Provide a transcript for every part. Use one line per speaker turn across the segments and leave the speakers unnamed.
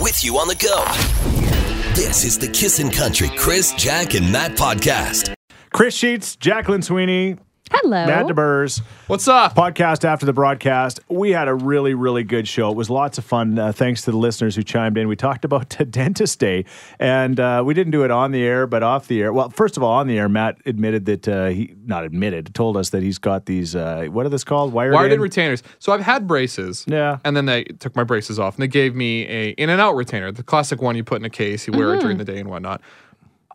with you on the go. This is the Kissin' Country Chris, Jack, and Matt podcast.
Chris Sheets, Jacqueline Sweeney,
Hello.
Matt DeBurs.
What's up?
Podcast after the broadcast. We had a really, really good show. It was lots of fun. Uh, thanks to the listeners who chimed in. We talked about Dentist Day, and uh, we didn't do it on the air, but off the air. Well, first of all, on the air, Matt admitted that uh, he, not admitted, told us that he's got these, uh, what are this called? Wired,
Wired in
in?
retainers. So I've had braces.
Yeah.
And then they took my braces off and they gave me a in and out retainer, the classic one you put in a case, you wear it
Mm-hmm.
during the day and whatnot.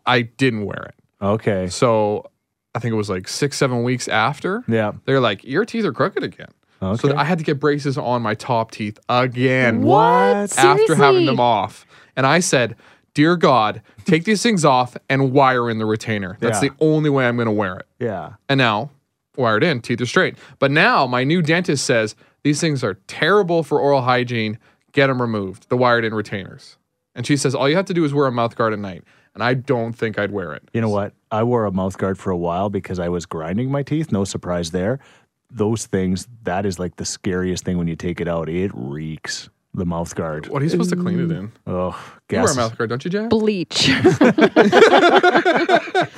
I didn't wear it.
okay.
So I think it was like six, seven weeks after.
Yeah.
They're like, your teeth are crooked again.
Okay.
So I had to get braces on my top teeth again.
What?
After having them
Seriously?
off. And I said, Dear God, take these things off and wire in the retainer. That's
Yeah.
the only way I'm going to wear it.
Yeah.
and now wired in teeth are straight but now my new dentist says these things are terrible for oral hygiene get them removed the wired in retainers and she says all you have to do is wear a mouth guard at night and i don't think i'd wear it
You know what? I wore a mouth guard for a while because I was grinding my teeth. No surprise there. Those things, that is like the scariest thing when you take it out. It reeks, the mouth guard.
what are you supposed to clean it in
Oh,
you wear a
gas.
mouth guard don't you jack
Bleach.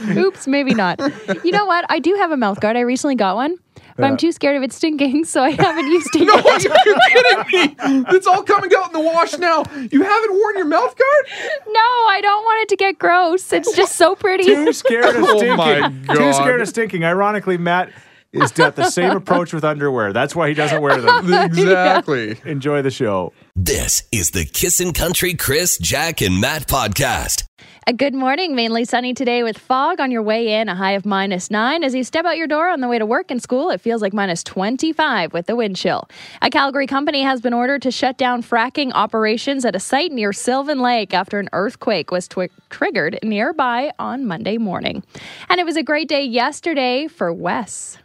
Oops, maybe not. You know what? I do have a mouth guard. I recently got one, but I'm too scared of it stinking, so I haven't used it. yet.
Are you kidding me? It's all coming out in the wash now. You haven't worn your mouth guard?
No, I don't want it to get gross. It's just so pretty.
Too scared of
Oh
stinking.
my
Too
God.
scared of stinking. Ironically, Matt is got the same approach with underwear. That's why he doesn't wear them.
Exactly.
Enjoy the show.
This is the Kissin' Country Chris, Jack, and Matt podcast.
A good morning, mainly sunny today with fog on your way in, a high of minus nine. As you step out your door on the way to work and school, it feels like minus 25 with the wind chill. A Calgary company has been ordered to shut down fracking operations at a site near Sylvan Lake after an earthquake was twi- triggered nearby on Monday morning. And it was a great day yesterday for Wes.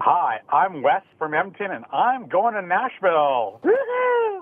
Hi, I'm Wes from Edmonton, and I'm going to Nashville. Woohoo!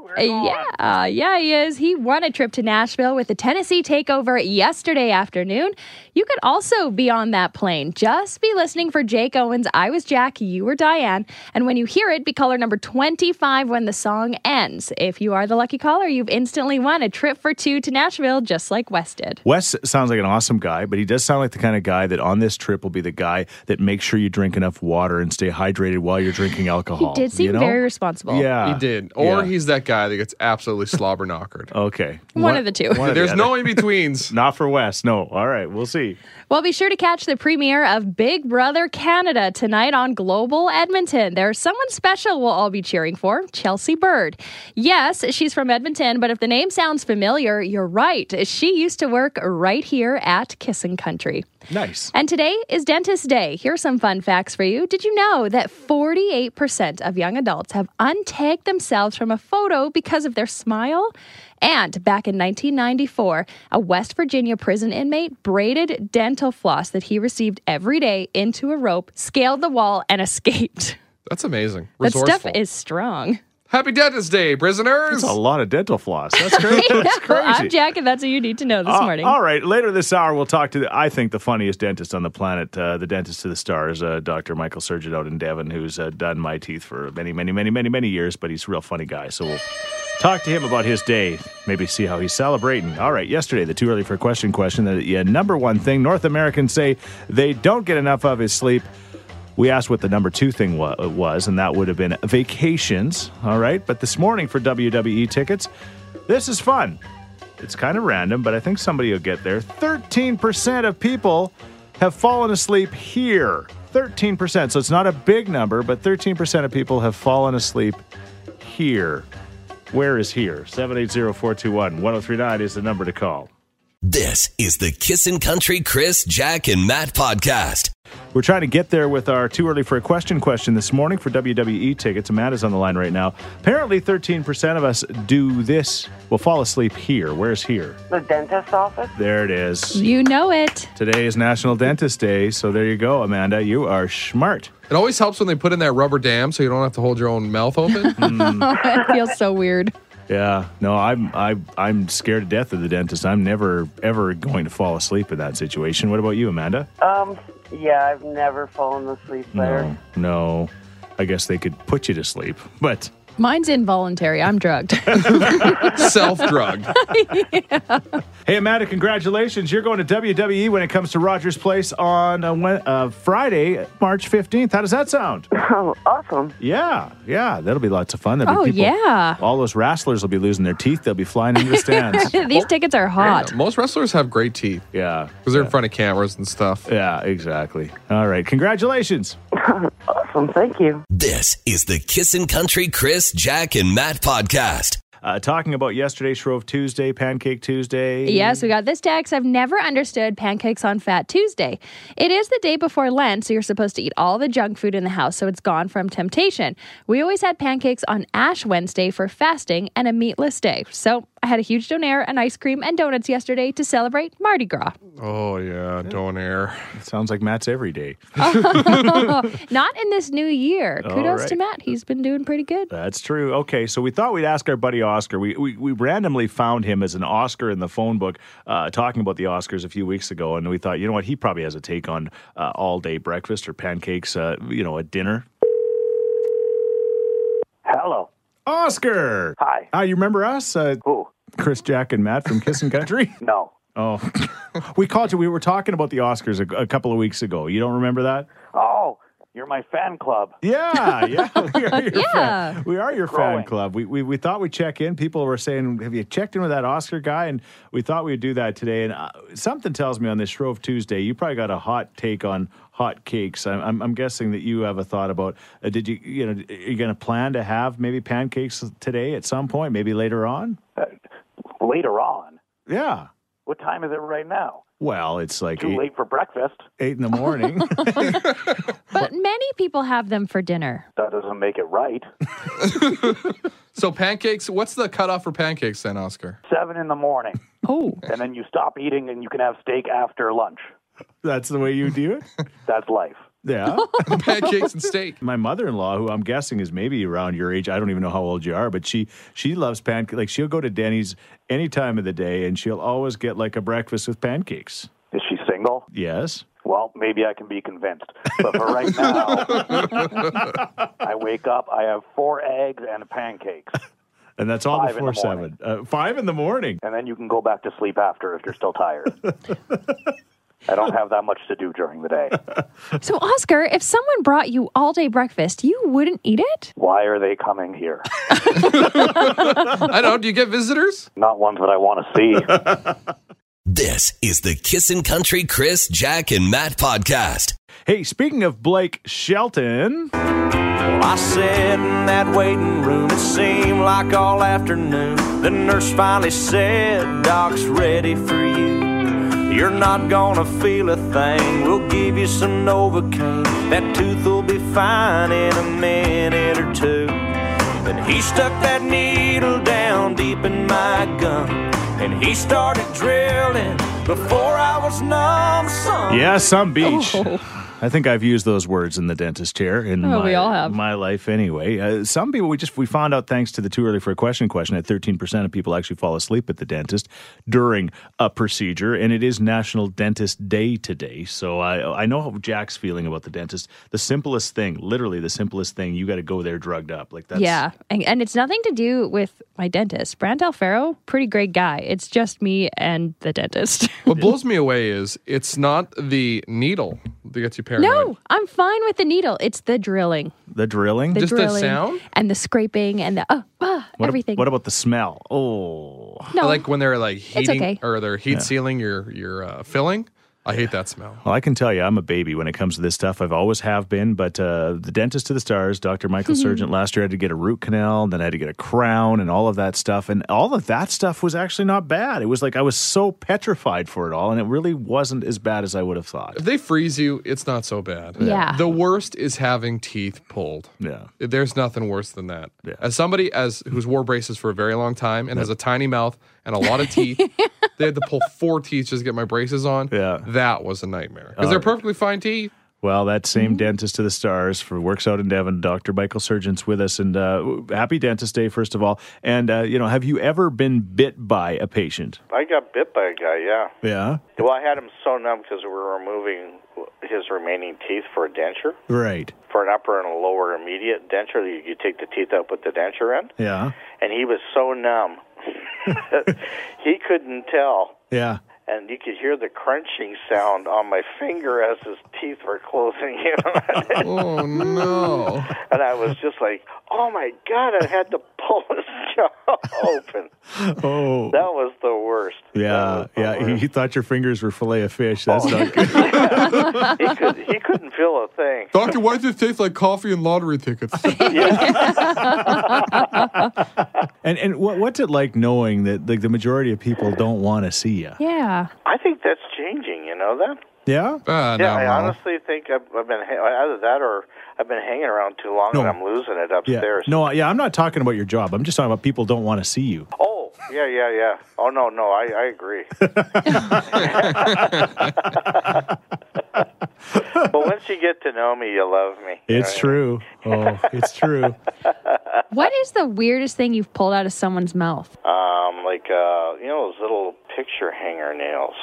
We're going.
Uh, Yeah, yeah, he is. He won a trip to Nashville with the Tennessee Takeover yesterday afternoon. You could also be on that plane. Just be listening for Jake Owens' I Was Jack, You Were Diane. And when you hear it, be caller number 25 when the song ends. If you are the lucky caller, you've instantly won a trip for two to Nashville, just like Wes did.
Wes sounds like an awesome guy, but he does sound like the kind of guy that on this trip will be the guy that makes sure you drink enough water and stay hydrated while you're drinking
He
alcohol.
did seem
you know?
very responsible.
Yeah.
He did. Or
Yeah.
he's that guy that gets absolutely slobber knockered.
Okay.
One of the two.
one or the
There's
other.
no in betweens.
Not for Wes. No. All right. We'll see.
Well, be sure to catch the premiere of Big Brother Canada tonight on Global Edmonton. There's someone special we'll all be cheering for Chelsea Bird. Yes, she's from Edmonton, but if the name sounds familiar, you're right. She used to work right here at Kissing Country.
Nice.
And today is Dentist Day. Here's some fun facts for you. Did you know that 48% of young adults have untagged themselves from a photo because of their smile? And back in 1994, a West Virginia prison inmate braided dental floss that he received every day into a rope, scaled the wall, and escaped.
That's amazing.
That
Resourceful.
stuff is strong.
Happy Dentist Day, prisoners.
That's a lot of dental floss. That's crazy. That's crazy.
I'm Jack, and that's what you need to know this
Uh,
morning.
all right. Later this hour, we'll talk to, the, I think, the funniest dentist on the planet, uh, the dentist to the stars, uh, Dr. Michael Surgeon out in Devon, who's uh, done my teeth for many, many, many, many, many years, but he's a real funny guy. So we'll talk to him about his day, maybe see how he's celebrating. All right. Yesterday, the too early for a question question, the yeah, number one thing North Americans say they don't get enough of is sleep. We asked what the number two thing wa- uh, was, and that would have been vacations. All right. But this morning for WWE tickets, this is fun. It's kind of random, but I think somebody will get there. 13% of people have fallen asleep here. 13%. So it's not a big number, but 13% of people have fallen asleep here. Where is here? 780 421 1039 is the number to call.
This is the Kissin' Country Chris, Jack, and Matt podcast.
We're trying to get there with our too early for a question question this morning for WWE tickets. Matt is on the line right now. Apparently, 13% of us do this. We'll fall asleep here. Where's here?
The dentist's office?
There it is.
you know it.
Today is National Dentist Day. So there you go, Amanda. You are smart.
It always helps when they put in that rubber dam so you don't have to hold your own mouth open.
it feels so weird.
Yeah. No, I'm I, I'm scared to death of the dentist. I'm never ever going to fall asleep in that situation. What about you, Amanda?
Um, yeah, I've never fallen asleep there.
No. No. I guess they could put you to sleep, but
Mine's involuntary. I'm drugged.
Self drugged.
Hey, Amanda, congratulations. You're going to WWE when it comes to Rogers Place on uh, Wed- uh, Friday, March 15th. How does that sound?
Oh, awesome.
Yeah, yeah, that'll be lots of fun. There'll be
Oh,
people-
yeah.
All those wrestlers will be losing their teeth. They'll be flying into the stands.
These tickets are hot.
Most wrestlers have great teeth
yeah.
because they're in front of cameras and stuff.
Yeah, exactly. All right. Congratulations.
Awesome. Thank you.
This is the Kissin' Country Chris, Jack, and Matt podcast.
Uh, talking about yesterday, Shrove Tuesday, Pancake Tuesday.
Yes, we got this text. I've never understood pancakes on Fat Tuesday. It is the day before Lent, so you're supposed to eat all the junk food in the house so it's gone from temptation. We always had pancakes on Ash Wednesday for fasting and a meatless day. So I had a huge donair, an ice cream, and donuts yesterday to celebrate Mardi Gras.
Oh, yeah. Donair.
Sounds like Matt's every day.
Not in this new year. Kudos
right.
to Matt. He's been doing pretty good.
That's true. Okay, so we thought we'd ask our buddy Oscar. We we, we randomly found him as an Oscar in the phone book, uh, talking about the Oscars a few weeks ago, and we thought, you know what, he probably has a take on uh, all day breakfast or pancakes, uh, you know, at dinner.
Hello.
Oscar,
Hi.
uh, you remember us, uh,
Who?
Chris, Jack, and Matt from Kissing Country?
No.
oh, we called you. We were talking about the Oscars a, a couple of weeks ago. You don't remember that?
Oh, you're my fan club.
Yeah, yeah, we are your,
Yeah.
fan, we are your fan
Growing.
club. We, we we thought we'd check in. People were saying, "Have you checked in with that Oscar guy?" And we thought we'd do that today. And uh, something tells me on this Shrove Tuesday, you probably got a hot take on hot cakes. I'm I'm, I'm guessing that you have a thought about. Uh, did you you know are you going to plan to have maybe pancakes today at some point? Maybe later on.
Uh, Later on.
Yeah.
What time is it right now?
Well, it's like
Too
eight,
late for breakfast.
eight in the morning.
But many people have them for dinner.
That doesn't make it right.
So, pancakes, what's the cutoff for pancakes then, Oscar?
Seven in the morning.
Oh.
And then you stop eating and you can have steak after lunch.
That's the way you do it.
That's life.
Yeah.
pancakes and steak.
my mother-in-law who i'm guessing is maybe around your age i don't even know how old you are but she she loves pancakes like she'll go to denny's any time of the day and she'll always get like a breakfast with pancakes
Is she single?
yes
Well, maybe I can be convinced. But for right now, I wake up, I have four eggs and pancakes.
and that's all
Five in
before
the morning.
seven uh, five in the morning
and then you can go back to sleep after if you're still tired. I don't have that much to do during the day.
So, Oscar, if someone brought you all day breakfast, you wouldn't eat it?
Why are they coming here?
I don't know. Do you get visitors?
Not ones that I want to see.
This is the Kissin' Country Chris, Jack, and Matt podcast.
hey speaking of blake shelton
I sat in that waiting room, it seemed like all afternoon. The nurse finally said, Doc's ready for you. You're not gonna feel a thing, we'll give you some Novocaine. That tooth will be fine in a minute or two. Then he stuck that needle down deep in my gum, and he started drilling before I was numb. Some
yeah some beach I think I've used those words in the dentist chair in
Oh,
my,
we all have.
my life anyway. Uh, some people we just we found out thanks to the too early for a question question that 13% of people actually fall asleep at the dentist during a procedure and it is National Dentist Day today. So I I know how Jack's feeling about the dentist. The simplest thing, literally the simplest thing, you got to go there drugged up. Like that's
yeah. And, and it's nothing to do with my dentist. Brant Alfaro, pretty great guy. It's just me and the dentist.
What blows me away is it's not the needle that gets you paranoid.
no, I'm fine with the needle. It's the drilling.
the drilling.
The
Just the
drilling
sound?
And the scraping and the, oh, ah,
what,
everything.
what about the smell? Oh.
no,
Like when they're like heating
okay.
or they're heat sealing your your uh, filling. I hate that smell.
Well, I can tell you, I'm a baby when it comes to this stuff. I've always have been, but uh, the dentist to the stars, Dr. Michael Sargent, last year I had to get a root canal, and then I had to get a crown, and all of that stuff. And all of that stuff was actually not bad. It was like I was so petrified for it all, and it really wasn't as bad as I would have thought.
If they freeze you, it's not so bad.
Yeah.
The worst is having teeth pulled.
Yeah.
There's nothing worse than that. As somebody as who's wore braces for a very long time and has a tiny mouth and a lot of teeth, they had to pull four teeth just to get my braces on.
Yeah.
That was a nightmare. Because they're perfectly fine teeth.
Well, that same dentist to the stars for works out in Devon, Dr. Michael Surgeon's with us, and uh, happy Dentist Day, first of all. And uh, you know, have you ever been bit by a patient?
I got bit by a guy, yeah.
Yeah,
Well, I had him sewn up because we were removing his remaining teeth for a denture.
right.
for an upper and a lower immediate denture. You, you take the teeth out, put the denture in,
Yeah.
and he was so numb he couldn't tell.
Yeah.
And you could hear the crunching sound on my finger as his teeth were closing in.
Oh no!
and I was just like, oh my God, I had to pull his jaw open.
Oh.
That was the worst.
Yeah,
That Oh, was the
yeah. He,
worst.
he thought your fingers were fillet of fish. That's not good.
he, could, he couldn't feel a thing.
Doctor, why does it taste like coffee and lottery tickets?
And and what, what's it like knowing that like the majority of people don't want to see you?
Yeah.
I think that's changing, you know that?
Yeah.
Ah,
Yeah, I
no.
honestly think I've, I've been, ha- either that or I've been hanging around too long
No.
and I'm losing it
Yeah.
upstairs.
No. Yeah. I'm not talking about your job. I'm just talking about people don't want to see you.
Oh, yeah, yeah, yeah. Oh, no, no, I, I agree. but once you get to know me, you love me. You
It's
know?
true. Oh, it's true.
What is the weirdest thing you've pulled out of someone's mouth?
Um, like, uh, you know, those little picture hanger nails.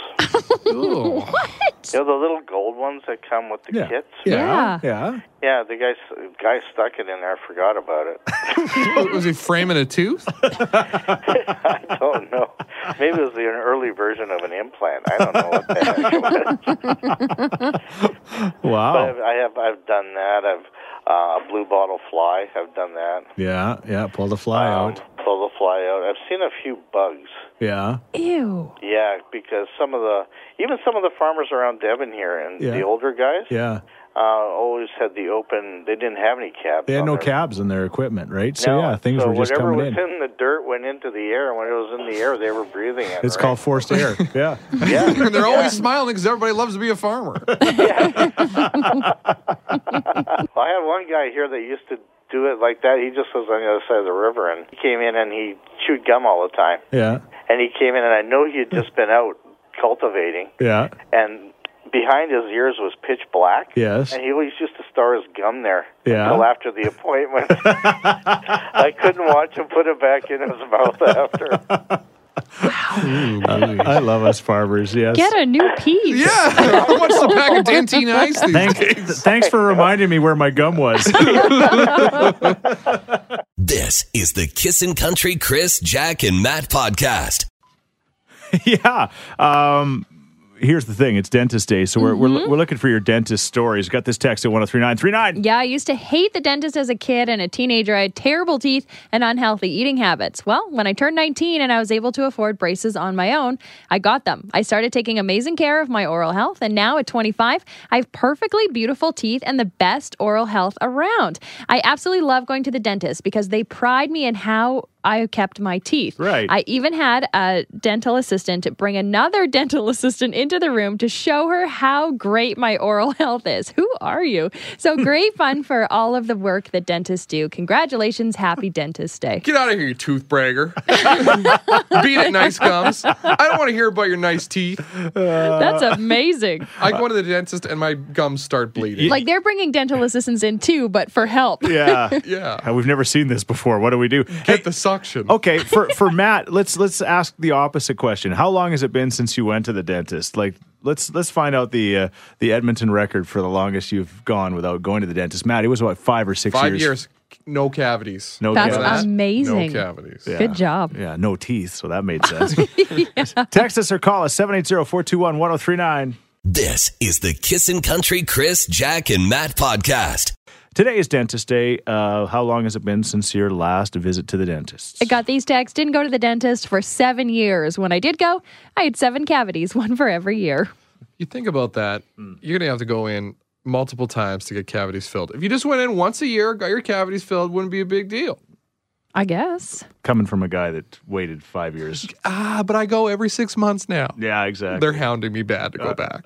you
Ew.
know, the little gold ones that come with the
Yeah.
kits?
Yeah.
Yeah.
Yeah, the guy, s- guy stuck it in there, forgot about it.
Was he framing a tooth?
I don't know. Oh, Maybe it was the, an early version of an implant. I don't know what the heck it was.
Wow.
I've, I have I've done that. I've uh, a blue bottle fly. I've done that.
Yeah. Yeah. Pull the fly
Um,
out.
pull the fly out. I've seen a few bugs.
Yeah.
Ew.
Yeah, because some of the even some of the farmers around Devon here and
Yeah.
the older guys
Yeah.
uh, always had the open. They didn't have any cabs.
They had
on
no
their-
cabs in their equipment, right?
No,
So yeah, things
so
were just
whatever
coming
was
in.
in. the dirt went into the air, and when it was in the air, they were breathing it.
It's
right?
called forced air. Yeah.
and they're always smiling because everybody loves to be a farmer.
Well, I had one guy here that used to do it like that. He just was on the other side of the river, and he came in and he chewed gum all the time.
Yeah.
and he came in, and I know he had just been out cultivating,
Yeah.
and behind his ears was pitch black.
Yes.
And he always used to star his gum there
Yeah.
until after the appointment. I couldn't watch him put it back in his mouth after.
I love us farmers. Yes.
Get a new piece.
yeah, how much is a pack of dentine ice these
Thank-
days?
thanks for reminding me where my gum was.
This is the Kissin' Country Chris, Jack, and Matt podcast.
yeah. Um, here's the thing it's dentist day. So we're, we're, we're looking for your dentist stories. Got this text at 103939.
Yeah, I used to hate the dentist as a kid and a teenager. I had terrible teeth and unhealthy eating habits. Well, when I turned 19 and I was able to afford braces on my own, I got them. I started taking amazing care of my oral health, and now at 25, I have perfectly beautiful teeth and the best oral health around. I absolutely love going to the dentist because they pride me in how I kept my teeth.
Right.
I even had a dental assistant bring another dental assistant into the room to show her how great my oral health is. Who are you? So great fun for all of the work that dentists do. Congratulations. Happy Dentist Day.
Get out of here, you tooth bragger. Beat it, nice gums. I don't want to hear about your nice teeth.
That's
Uh,
amazing.
I go to the dentist and my gums start bleeding.
Like they're bringing dental assistants in too, but for help.
Yeah.
yeah.
Uh, We've never seen this before. What do we do?
Get the suction.
Okay, for, for Matt, let's let's ask the opposite question. How long has it been since you went to the dentist? Like, let's let's find out the uh, the Edmonton record for the longest you've gone without going to the dentist. Matt, it was what five or six
Five
years.
years, no cavities.
No
That's
cavities.
That,
amazing.
No cavities.
Good job.
Yeah, no teeth, so that made sense. Text us or call us 780-421-1039.
This is the Kissin' Country Chris, Jack, and Matt podcast.
Today is dentist day. Uh, how long has it been since your last visit to the dentist?
I got these texts. Didn't go to the dentist for seven years. When I did go, I had seven cavities, one for every year.
You think about that,
Mm.
you're going to have to go in multiple times to get cavities filled. If you just went in once a year, got your cavities filled, wouldn't be a big deal.
I guess.
Coming from a guy that waited five years.
Ah, but I go every six months now.
Yeah, exactly.
They're hounding me bad to go back.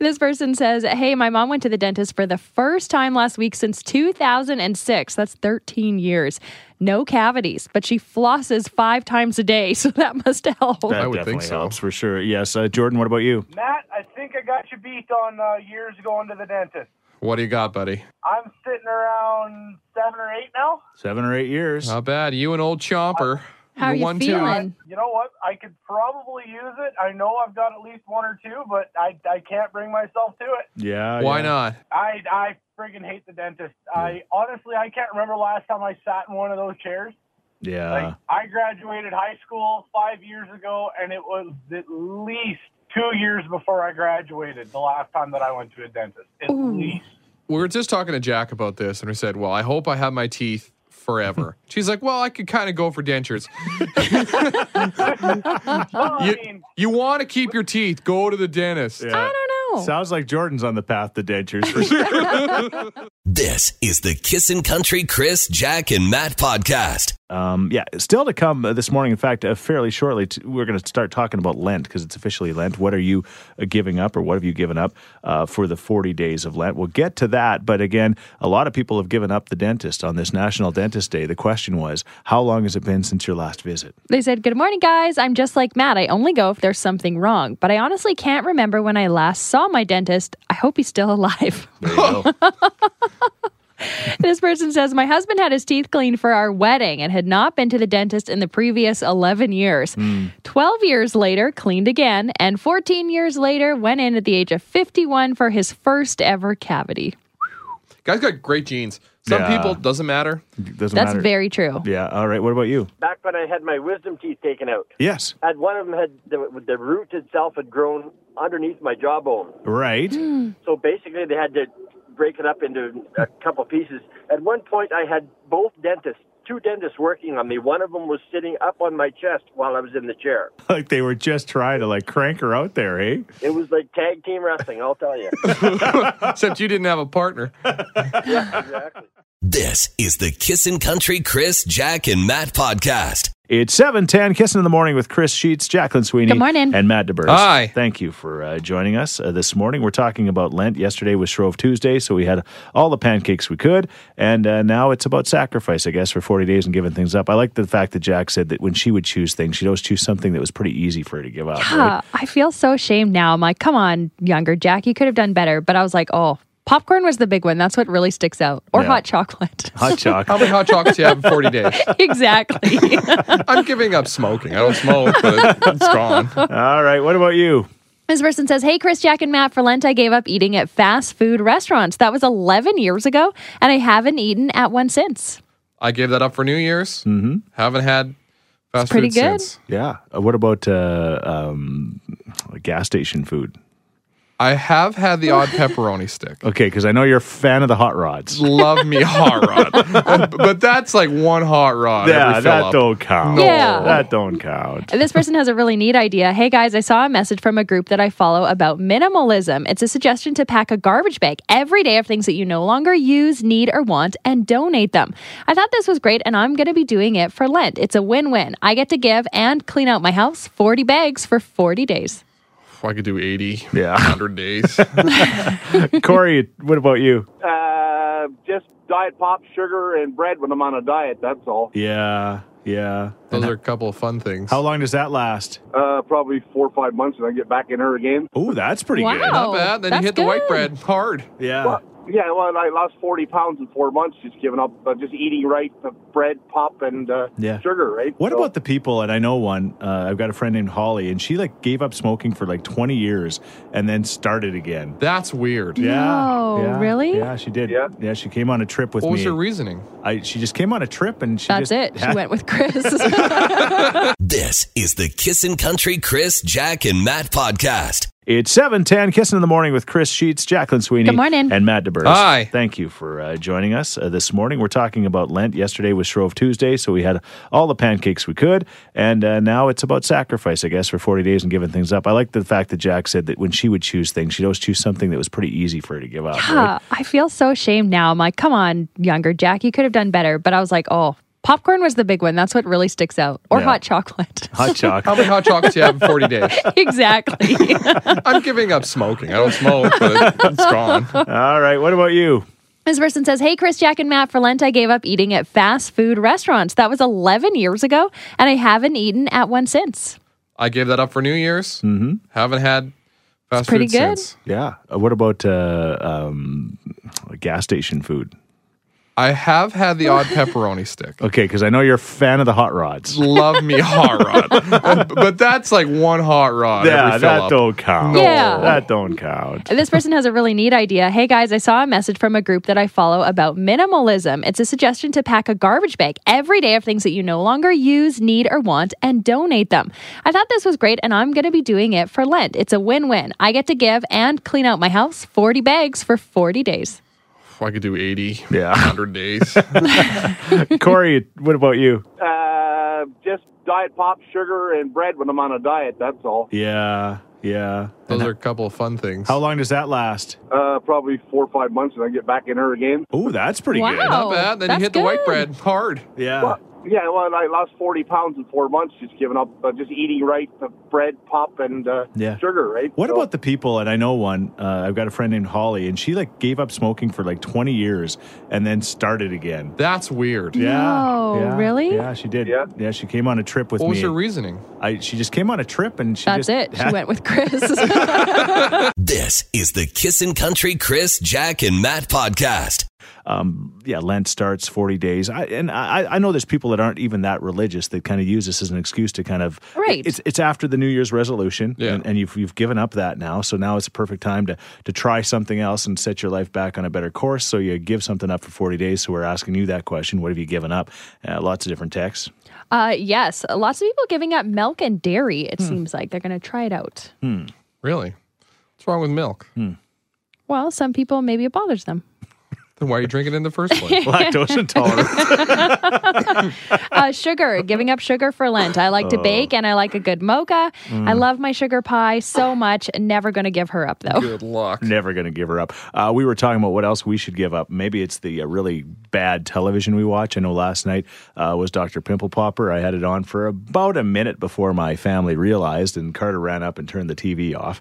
This person says, Hey, my mom went to the dentist for the first time last week since 2006. That's 13 years. No cavities, but she flosses five times a day, so that must help.
that
I would
definitely
think so.
helps for sure. Yes, uh, Jordan. What about you?
Matt, I think I got you beat on uh, years going to the dentist.
what do you got, buddy?
I'm sitting around seven or eight now.
Seven or eight years.
Not bad. You and old Chomper.
How are
You're
you
one, two.
feeling?
You know what? I could probably use it. I know I've got at least one or two, but I, I can't bring myself to it.
Yeah.
Why
yeah.
not?
I I friggin' hate the dentist. I honestly I can't remember last time I sat in one of those chairs.
Yeah.
Like I graduated high school five years ago, and it was at least two years before I graduated the last time that I went to a dentist. At least.
we were just talking to Jack about this, and we said, "Well, I hope I have my teeth forever." She's like, "Well, I could kind of go for dentures.
Well, I
You,
mean,
you want to keep your teeth? Go to the dentist."
Yeah.
I don't know.
Sounds like Jordan's on the path to dentures for sure.
This is the Kissin' Country Chris, Jack, and Matt podcast.
Um, yeah, still to come uh, this morning. In fact, uh, fairly shortly, t- we're going to start talking about Lent because it's officially Lent. What are you uh, giving up, or what have you given up uh, for the 40 days of Lent? We'll get to that. But again, a lot of people have given up the dentist on this National Dentist Day. The question was, how long has it been since your last visit?
They said, Good morning, guys. I'm just like Matt. I only go if there's something wrong, but I honestly can't remember when I last saw my dentist. I hope he's still alive.
There you go.
this person says, My husband had his teeth cleaned for our wedding and had not been to the dentist in the previous 11 years.
Hmm.
12 years later, cleaned again, and 14 years later, went in at the age of 51 for his first ever cavity.
Guys got great genes. Some
Yeah.
people doesn't matter.
Doesn't
That's
matter.
very true.
yeah. All right. What about you?
Back when I had my wisdom teeth taken out,
Yes.
had one of them had the, the root itself had grown underneath my jawbone.
Right.
So basically, they had to break it up into a couple pieces. At one point, I had both dentists, two dentists working on me. One of them was sitting up on my chest while I was in the chair.
like they were just trying to like crank her out there, eh?
It was like tag team wrestling, I'll tell you.
Except you didn't have a partner.
exactly.
This is the Kissin' Country Chris, Jack, and Matt podcast.
It's 710, Kissing in the Morning with Chris Sheets, Jacqueline Sweeney.
Good morning.
And Matt DeBurse.
Hi.
Thank you for uh, joining us uh, this morning. We're talking about Lent. Yesterday was Shrove Tuesday, so we had all the pancakes we could. And uh, now it's about sacrifice, I guess, for 40 days and giving things up. I like the fact that Jack said that when she would choose things, she'd always choose something that was pretty easy for her to give up. right?
Ah, I feel so ashamed now. I'm like, Come on, younger Jack, you could have done better. But I was like, Oh, popcorn was the big one. That's what really sticks out, or
Yeah.
hot chocolate.
Hot
How
chocolate.
many hot chocolates you have in 40 days?
exactly.
I'm giving up smoking. I don't smoke, but it's gone.
all right. What about you?
This person says, Hey, Chris, Jack, and Matt, for Lent, I gave up eating at fast food restaurants. That was 11 years ago, and I haven't eaten at one since.
I gave that up for New Year's. Mm-hmm. Haven't had fast
pretty
food
good.
since.
Yeah. Uh, what about uh, um, gas station food?
I have had the odd pepperoni stick.
Okay, because I know you're a fan of the hot rods.
love me hot rod. but that's like one hot rod.
Yeah,
every
that
fill-up.
don't count.
No. Yeah.
That don't count.
This person has a really neat idea. Hey, guys, I saw a message from a group that I follow about minimalism. It's a suggestion to pack a garbage bag every day of things that you no longer use, need, or want and donate them. I thought this was great, and I'm going to be doing it for Lent. It's a win win. I get to give and clean out my house 40 bags for 40 days.
I could do 80,
Yeah.
100 days.
Corey, what about you?
Uh, just diet pop, sugar, and bread when I'm on a diet, that's all.
Yeah, yeah.
Those are a couple of fun things.
How long does that last?
Uh, probably four or five months, and I get back in her again.
Oh, that's pretty
Wow.
Not bad. Then
That's
you hit the white
good.
bread hard.
good. Yeah.
Yeah, well, I lost 40 pounds in four months just giving up, uh, just eating right, uh, bread, pop, and uh,
Yeah.
sugar, right?
What
So-
about the people? And I know one. Uh, I've got a friend named Holly, and she like gave up smoking for like 20 years and then started again.
That's weird.
Yeah.
No,
yeah,
really?
Yeah, she did.
Yeah.
yeah. She came on a trip with
What was
me.
your reasoning?
I, she just came on a trip, and she
That's
just
it. She went with Chris.
This is the Kissin' Country Chris, Jack, and Matt podcast.
It's 710, Kissing in the Morning with Chris Sheets, Jacqueline Sweeney.
Good morning.
And Matt DeBurse.
Hi.
Thank you for uh, joining us uh, this morning. We're talking about Lent. Yesterday was Shrove Tuesday, so we had all the pancakes we could. And uh, now it's about sacrifice, I guess, for 40 days and giving things up. I like the fact that Jack said that when she would choose things, she'd always choose something that was pretty easy for her to give up. right?
Yeah, Uh, I feel so ashamed now. I'm like, come on, younger Jack, you could have done better. But I was like, oh, popcorn was the big one. That's what really sticks out, or
Yeah.
hot chocolate.
Hot
How
chocolate.
many hot chocolates you have in 40 days?
exactly.
I'm giving up smoking. I don't smoke, but it's gone.
all right. What about you?
this person says, Hey, Chris, Jack, and Matt, for Lent, I gave up eating at fast food restaurants. That was 11 years ago, and I haven't eaten at one since.
I gave that up for New Year's. Mm-hmm. Haven't had fast
pretty
food
good.
since.
Yeah. Uh, what about uh, um, gas station food?
I have had the odd pepperoni stick.
Okay, because I know you're a fan of the hot rods.
Love me a hot rod, but that's like one hot rod.
Yeah,
every
that
fill-up.
don't count.
No. Yeah.
That don't count.
This person has a really neat idea. Hey guys, I saw a message from a group that I follow about minimalism. It's a suggestion to pack a garbage bag every day of things that you no longer use, need, or want and donate them. I thought this was great and I'm going to be doing it for Lent. It's a win win. I get to give and clean out my house 40 bags for 40 days.
I could do eighty,
Yeah.
hundred days.
Corey, what about you?
Uh, just diet pop, sugar, and bread when I'm on a diet. That's all.
Yeah, yeah.
Those are a couple of fun things.
How long does that last?
Uh, probably four or five months, and I get back in her again.
Oh, that's pretty
Wow.
good.
Not bad. Then
That's
you hit the white
good.
bread hard.
Yeah.
Yeah, well, and I lost 40 pounds in four months just giving up, uh, just eating right, uh, bread, pop, and uh,
Yeah.
sugar, right?
What
So-
about the people? And I know one. Uh, I've got a friend named Holly, and she like gave up smoking for like 20 years, and then started again.
That's weird.
Yeah.
No,
yeah,
really?
Yeah, she did.
Yeah.
yeah. She came on a trip with
What was
me.
your reasoning?
I, she just came on a trip, and she
That's
just
it. She went with Chris.
This is the Kissin' Country Chris, Jack, and Matt podcast.
yeah, Lent starts 40 days. I, and I, I know there's people that aren't even that religious that kind of use this as an excuse to kind of.
Right.
It's, it's after the New Year's resolution,
Yeah.
and, and you've, you've given up that now. So now it's a perfect time to, to try something else and set your life back on a better course. So you give something up for 40 days. So we're asking you that question What have you given up? Uh, lots of different texts.
uh, yes, lots of people giving up milk and dairy, it seems like. They're going to try it out.
Really? What's wrong with milk?
Hmm.
Well, some people, maybe it bothers them.
Then why are you drinking it in the first place?
Lactose intolerant.
uh, sugar, giving up sugar for Lent. I like to bake and I like a good mocha. I love my sugar pie so much. Never going to give her up though.
Good luck.
Never going to give her up. Uh, we were talking about what else we should give up. Maybe it's the uh, really bad television we watch. I know last night uh, was Dr. Pimple Popper. I had it on for about a minute before my family realized, and Carter ran up and turned the TV off.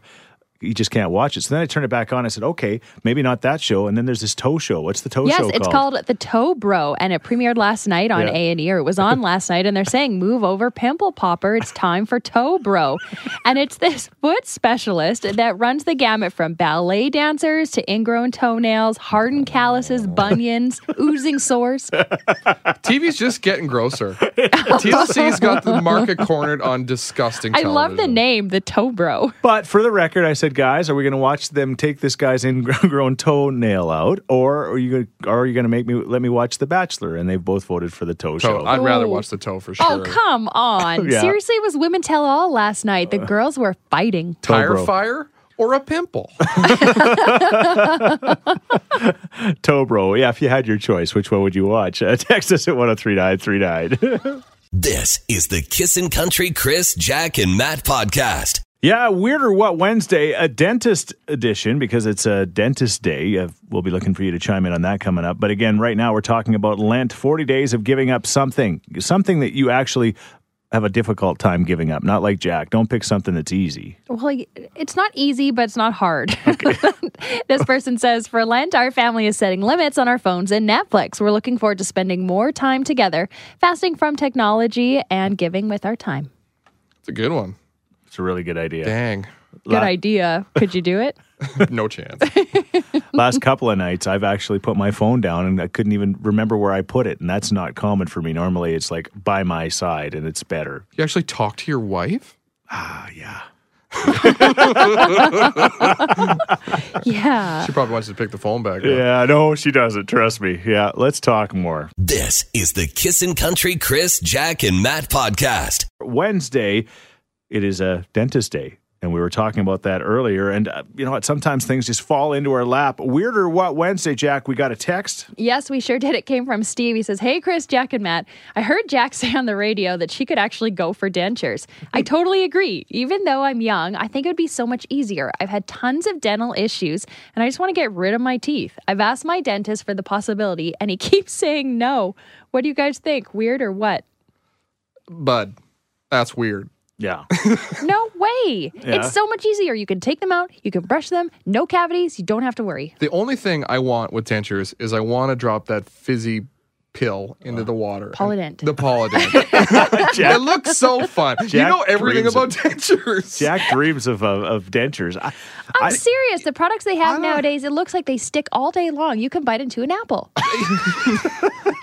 You just can't watch it. So then I turned it back on. I said, okay, maybe not that show. And then there's this toe show. What's the toe
Yes,
show
it's called The Toe Bro, and it premiered last night on
Yeah.
A and E, or it was on last night. And they're saying, "Move over, pimple popper! It's time for Toe Bro," and it's this foot specialist that runs the gamut from ballet dancers to ingrown toenails, hardened calluses, bunions, oozing sores.
TV's just getting grosser. TLC's got the market cornered on disgusting.
I love the
television.
name, The Toe Bro.
But for the record, I said, guys, are we going to watch them take this guy's ingrown toenail out, or are you going? to Are you going to make me let me watch The Bachelor? And they've both voted for the toe,
Toe.
show.
I'd rather
Oh.
watch the toe for sure.
Oh, come on.
Yeah.
Seriously, it was Women Tell All last night. The girls were fighting.
Tire
Tobro.
fire or a pimple?
Tobro. Yeah, if you had your choice, which one would you watch? Uh, text us at 103939.
This is the Kissin' Country Chris, Jack, and Matt podcast.
yeah, Weird or What Wednesday, a dentist edition because it's a dentist day. Uh, we'll be looking for you to chime in on that coming up. But again, right now we're talking about Lent, 40 days of giving up something, something that you actually have a difficult time giving up. Not like Jack. Don't pick something that's easy.
Well, y- it's not easy, but it's not hard. this person says For Lent, our family is setting limits on our phones and Netflix. We're looking forward to spending more time together, fasting from technology, and giving with our time.
It's a good one.
It's a really good idea.
Dang.
Good idea. Could you do it?
No chance.
last couple of nights i've actually put my phone down and i couldn't even remember where i put it and that's not common for me normally it's like by my side and it's better
You actually talk to your wife?
Yeah.
She probably wants you to pick the phone back up.
yeah no she doesn't trust me yeah let's talk more
This is the Kissin' Country Chris, Jack, and Matt podcast.
wednesday it is a dentist day and we were talking about that earlier and uh, you know what sometimes things just fall into our lap weirder what wednesday jack we got a text
Yes, we sure did. It came from Steve. He says, Hey, Chris, Jack, and Matt. I heard Jack say on the radio that she could actually go for dentures. I totally agree. Even though I'm young, I think it would be so much easier. I've had tons of dental issues and I just want to get rid of my teeth. I've asked my dentist for the possibility and he keeps saying no. What do you guys think? Weird or what?
Bud, that's weird.
yeah
No way. It's so much easier. You can take them out, you can brush them, no cavities, you don't have to worry.
The only thing I want with dentures is I want to drop that fizzy pill into the water.
Polydent.
The polydent. it
Jack,
looks so fun. you
Jack
know everything
dreams
about
of-
dentures.
Jack dreams of, of, of dentures. I,
I'm
I,
serious. The products they have
don't-
nowadays, it looks like they stick all day long. You can bite into an apple.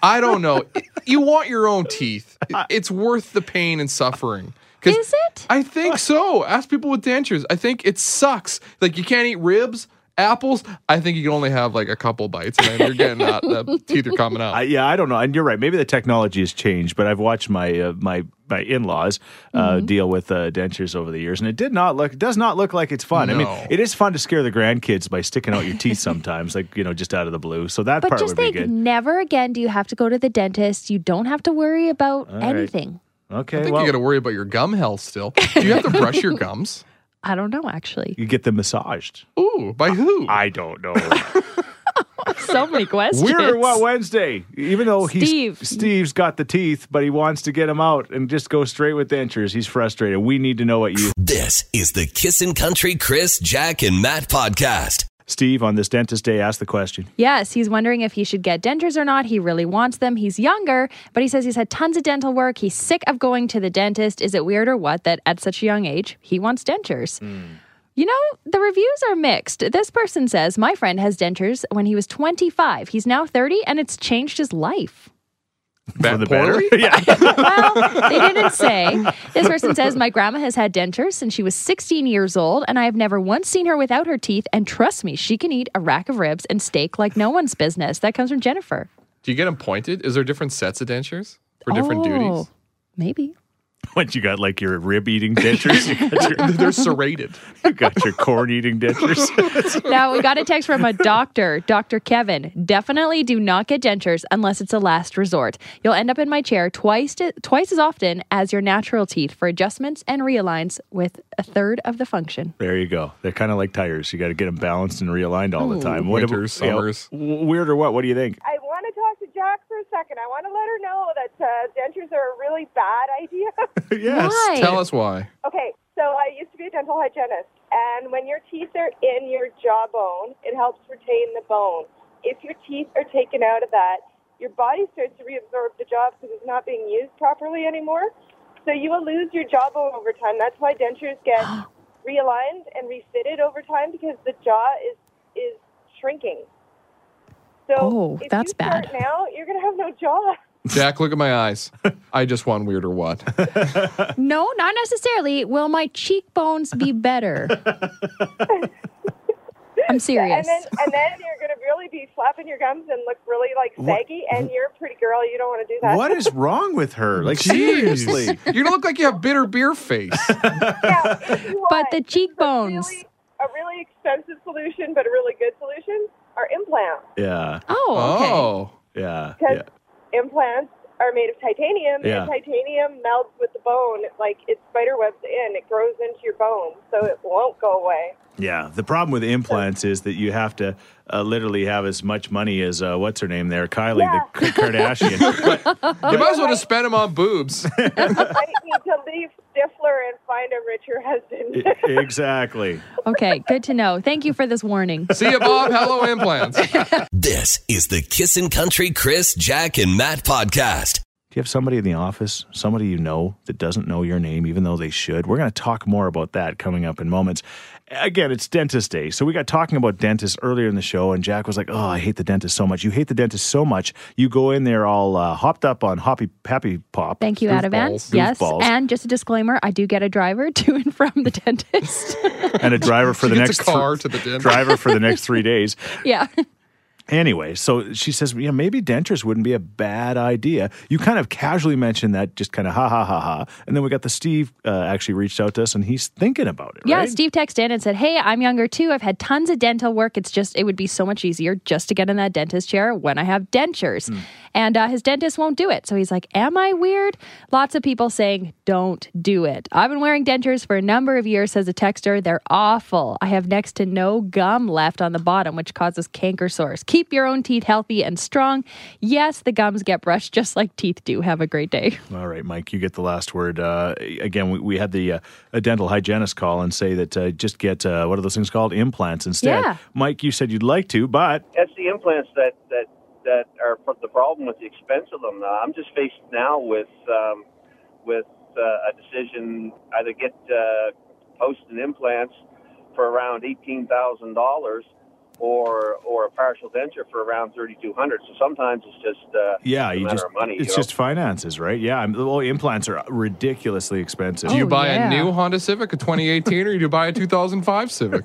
I don't know. You want your own teeth. It's worth the pain and suffering. 'Cause
Is it?
I think so. Ask people with dentures. I think it sucks. Like you can't eat ribs, apples. I think you can only have like a couple bites, and then you're getting out. The teeth are coming out.
I, yeah, I don't know, and you're right. Maybe the technology has changed, but I've watched my uh, my my in laws uh, deal with uh, dentures over the years, and it did not look does not look like it's fun. I
No.
mean, it is fun to scare the grandkids by sticking out your teeth sometimes, like you know, just out of the blue. So that
But
part
just
would be
think
good.
never again do you have to go to the dentist. You don't have to worry about
right.
anything.
Okay,
I think
well,
you got to worry about your gum health still. Do you have to brush your gums?
I don't know, actually.
you get them massaged.
Ooh, by who?
I don't know.
So many questions.
We're what Wednesday? Even though
Steve.
he's Steve's got the teeth, but he wants to get them out and just go straight with dentures. He's frustrated. We need to know what you
This is the Kissin' Country Chris, Jack, and Matt podcast.
Steve on this dentist day asked the question.
Yes, he's wondering if he should get dentures or not. He really wants them. He's younger, but he says he's had tons of dental work. He's sick of going to the dentist. Is it weird or what that at such a young age he wants dentures?
Hmm.
You know, the reviews are mixed. This person says, My friend has dentures when he was 25. He's now 30, and it's changed his life.
That
For the
poorly?
better? yeah.
Well, they didn't say. This person says, My grandma has had dentures since she was 16 years old, and I have never once seen her without her teeth. And trust me, she can eat a rack of ribs and steak like no one's business. That comes from Jennifer.
Do you get them pointed? Is there different sets of dentures for different duties?
Maybe.
Once you got like your rib eating dentures, you got your,
They're serrated.
you got your corn eating dentures.
Now, we got a text from a doctor, Dr. Kevin. Definitely do not get dentures unless it's a last resort. You'll end up in my chair twice, to, twice as often as your natural teeth for adjustments and realigns with a third of the function.
there you go. They're kind of like tires. You got to get them balanced and realigned all the time. What
Winters,
you know,
summers.
w- weird or what? What do you think?
I want to talk to Jack for a second. I want to let her know that uh, dentures are a really bad idea.
yes.
Why?
Tell us why.
okay, so I used to be a dental hygienist, and when your teeth are in your jawbone, it helps retain the bone. If your teeth are taken out of that, your body starts to reabsorb the jaw because it's not being used properly anymore. So you will lose your jawbone over time. That's why dentures get realigned and refitted over time because the jaw is is shrinking. So
Oh,
if
that's
you start
bad.
Now you're gonna have no jaw.
Jack, look at my eyes. I just want weird or what?
No, not necessarily. Will my cheekbones be better? I'm serious.
And then, and then you're going to really be flapping your gums and look really like saggy, and you're a pretty girl. You don't want to do that.
What is wrong with her? Like seriously.
You're gonna look like you have bitter beer face.
Yeah, if you want,
But the
it's a
cheekbones.
really- A really expensive solution, but a really good solution are implants.
Yeah.
oh, okay.
Oh,
Yeah.
Because
Yeah.
implants are made of titanium,
Yeah.
and titanium melds with the bone. Like it spider webs in, it grows into your bone, so it won't go away.
Yeah, the problem with implants is that you have to uh, literally have as much money as uh, what's her name there, Kylie the K- Kardashian.
you might as well just spend them on boobs.
You might need to leave Stifler and find a richer husband.
E- exactly.
Okay, good to know. Thank you for this warning.
See you, Bob. Hello, implants.
This is the Kissin' Country Chris, Jack, and Matt podcast.
Do you have somebody in the office, somebody you know that doesn't know your name, even though they should? We're going to talk more about that coming up in moments. Again, it's dentist day. So we got talking about dentists earlier in the show, and Jack was like, Oh, I hate the dentist so much. You hate the dentist so much. You go in there all uh, hopped up on Hoppy Happy Pop.
Thank you, Adavan.
Goofballs.
Yes.
Goofballs.
And just a disclaimer I do get a driver to and from the dentist.
And a driver for the
Gets
next
a car
thr-
to the dentist.
driver for the next three days.
yeah.
Anyway, so she says, you know, maybe dentures wouldn't be a bad idea. You kind of casually mentioned that, just kind of ha ha ha ha. And then we got the Steve uh, actually reached out to us and he's thinking about it,
Yeah.
right?
Steve texted in and said, Hey, I'm younger too. I've had tons of dental work. It's just, it would be so much easier just to get in that dentist chair when I have dentures.
Hmm.
And uh, his dentist won't do it. So he's like, Am I weird? Lots of people saying, Don't do it. I've been wearing dentures for a number of years, says a texter. They're awful. I have next to no gum left on the bottom, which causes canker sores. Keep your own teeth healthy and strong. Yes, the gums get brushed just like teeth do. Have a great day.
All right, Mike, you get the last word. Uh, again, we, we had the uh, a dental hygienist call and say that uh, just get, uh, what are those things called? Implants instead.
Yeah.
Mike, you said you'd like to, but
That's the implants that that that are pro- the problem with the expense of them. Uh, I'm just faced now with um, with uh, a decision either get uh, post and implants for around eighteen thousand dollars. Or, or a partial denture for around thirty two hundred. So sometimes it's just uh,
Yeah,
it's a
you
matter
just
of money.
it's
you know?
just finances, right? Yeah, I'm, well, implants are ridiculously expensive.
Oh,
Do you buy
yeah.
a new Honda Civic, a 2018, or you do buy a 2005 Civic?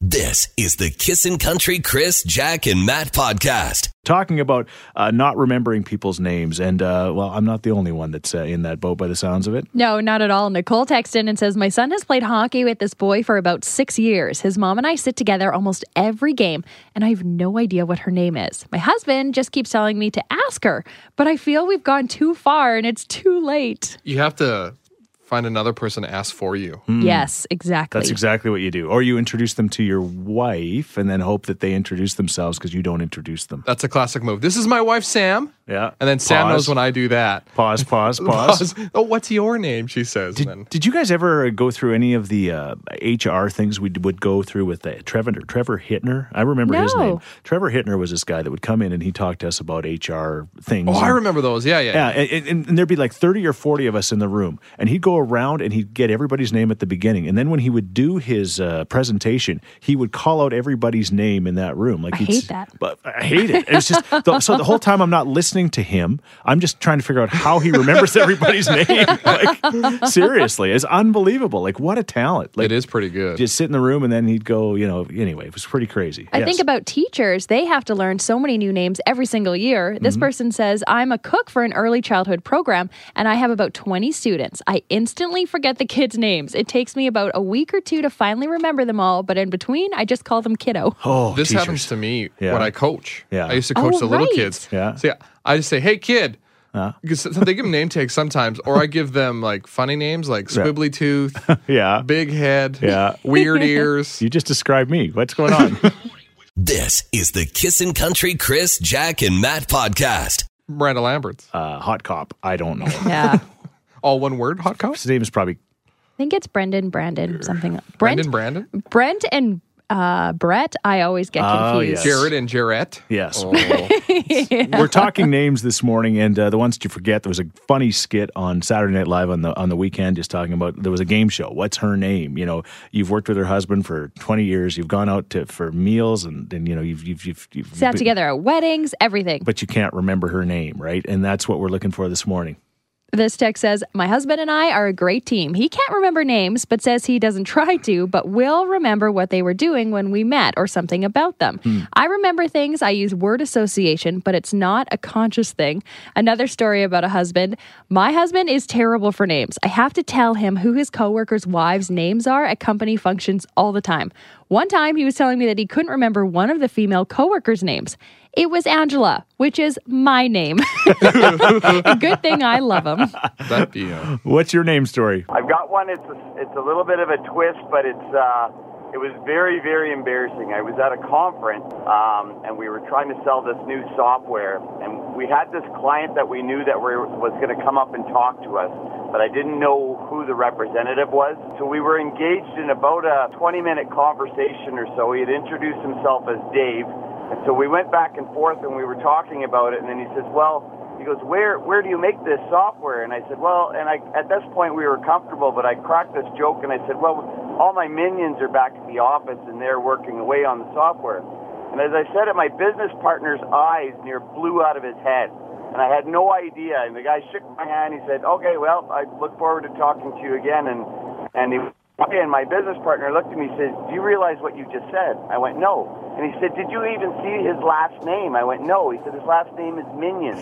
This is the Kissin' Country Chris, Jack, and Matt podcast.
talking about uh, not remembering people's names, and uh, well, I'm not the only one that's uh, in that boat by the sounds of it.
No, not at all. Nicole texts in and says, My son has played hockey with this boy for about six years. His mom and I sit together almost every game, and I have no idea what her name is. My husband just keeps telling me to ask her, but I feel we've gone too far and it's too late.
You have to find another person to ask for you.
Hmm.
Yes, exactly.
That's exactly what you do, or you introduce them to your wife, and then hope that they introduce themselves because you don't introduce them.
That's a classic move. This is my wife, Sam.
Yeah,
And then Sam
Pause.
knows when I do that.
Pause, pause, pause.
Oh, what's your name? She says. and then,
Did, did you guys ever go through any of the uh, HR things we d- would go through with uh, Trevor Trevor Hittner? I remember his
No.
name. Trevor Hittner was this guy that would come in and he talked to us about HR things.
oh, I
and-
remember those. Yeah, yeah.
Yeah, and, and, and there'd be like 30 or 40 of us in the room, and he'd go around and he'd get everybody's name at the beginning. And then when he would do his uh, presentation, he would call out everybody's name in that room. Like
I
he'd
hate
s-
that.
But I hate it. It's just the, so the whole time I'm not listening to him. I'm just trying to figure out how he remembers everybody's name. Like seriously, it's unbelievable. Like what a talent. Like
it is pretty good.
just sit in the room and then he'd go. You know. Anyway, it was pretty crazy.
I
Yes.
think about teachers, they have to learn so many new names every single year. This
Mm-hmm.
person says, I'm a cook for an early childhood program and I have about 20 students. I instantly forget the kids' names. It takes me about a week or two to finally remember them all, but in between, I just call them kiddo.
oh,
this
teachers.
happens to me
Yeah.
when I coach.
Yeah.
I used to coach
Oh,
the little
right.
kids.
Yeah.
So yeah, I just say, "Hey, kid." Because they give them name tags sometimes, or I give them like funny names like squibbly tooth,
Yeah.
big head,
Yeah.
weird ears.
You just described me. What's going on?
This is the Kissin' Country Chris, Jack, and Matt podcast.
Miranda Lambert's
uh, hot cop. I don't know.
Yeah. I
all one word. Hot cops.
His name is probably
think it's Brendan, Brandon, something. Brent,
Brandon, Brandon,
Brent and uh, Brett, I always get
Oh,
confused.
yes.
Jared, and Jarrett.
yes.
Oh.
We're talking names this morning, and uh, the ones that you forget. There was a funny skit on Saturday Night Live on the on the weekend, just talking about there was a game show. What's her name? You know, you've worked with her husband for twenty years. You've gone out to for meals, and and you know you've you've you've, you've
Sat
been-
together at weddings, everything.
but you can't remember her name, right? And that's what we're looking for this morning.
This text says, My husband and I are a great team. He can't remember names, but says he doesn't try to, but will remember what they were doing when we met or something about them. I remember things. I use word association, but it's not a conscious thing. Another story about a husband. My husband is terrible for names. I have to tell him who his coworkers' wives' names are at company functions all the time. One time he was telling me that he couldn't remember one of the female coworkers' names. It was Angela, which is my name. Good thing I love him.
That'd be uh,
What's your name story?
I've got one. It's a, it's a little bit of a twist, but it's uh, it was very very embarrassing. I was at a conference um, and we were trying to sell this new software, and we had this client that we knew that were, was going to come up and talk to us, but I didn't know who the representative was. So we were engaged in about a 20 minute conversation or so. He had introduced himself as Dave, and so we went back and forth and we were talking about it, and then he says, well. He goes, where where do you make this software? And I said, well, and I at this point we were comfortable, but I cracked this joke and I said, well, all my minions are back at the office and they're working away on the software. And as I said it, my business partner's eyes near blew out of his head, and I had no idea. And the guy shook my hand. He said, okay, well, I look forward to talking to you again. And and he Okay, and my business partner looked at me and says, Do you realize what you just said? I went, No. And he said, Did you even see his last name? I went, No. He said, His last name is Minion.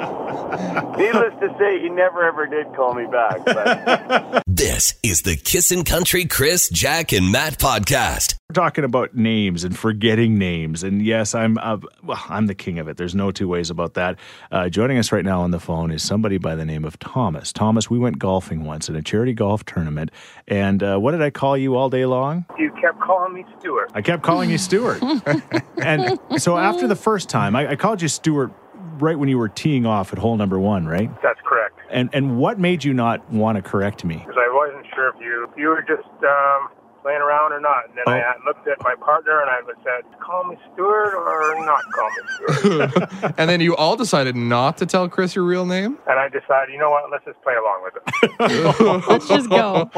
Needless to say, he never ever did call me back. But
This is the Kissin' Country Chris, Jack, and Matt podcast.
We're talking about names and forgetting names, and yes, I'm uh, well, I'm the king of it. There's no two ways about that. Uh, joining us right now on the phone is somebody by the name of Thomas. Thomas, we went golfing once in a charity golf tournament, and uh, what did I call you all day long?
You kept calling me Stuart.
I kept calling you Stuart, and so after the first time, I, I called you Stuart right when you were teeing off at hole number one, right?
That's correct.
And and what made you not want to correct me?
Because I wasn't sure if you you were just um,
playing around or not. And then I looked at my partner and I was said, "Call me Stuart or not call me Stuart."
and then you all decided not to tell Chris your real name?
And I decided, you know what? Let's just play along with it.
Let's just go.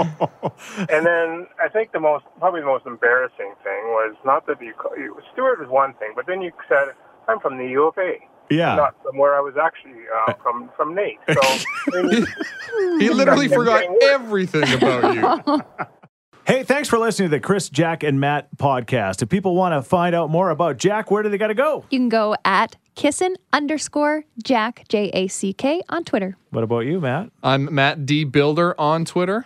and then I think the most, probably the most embarrassing thing was not that you, ca- you Stuart was one thing, but then you said, "I'm from the U of A."
Yeah.
Not from where I was actually uh, from, from Nate. So I mean,
He literally forgot everything about you.
Hey, thanks for listening to the Chris, Jack, and Matt podcast. If people want to find out more about Jack, where do they got to go?
You can go at kissin underscore Jack, J A C K, on Twitter.
What about you, Matt?
I'm Matt D. Builder on Twitter.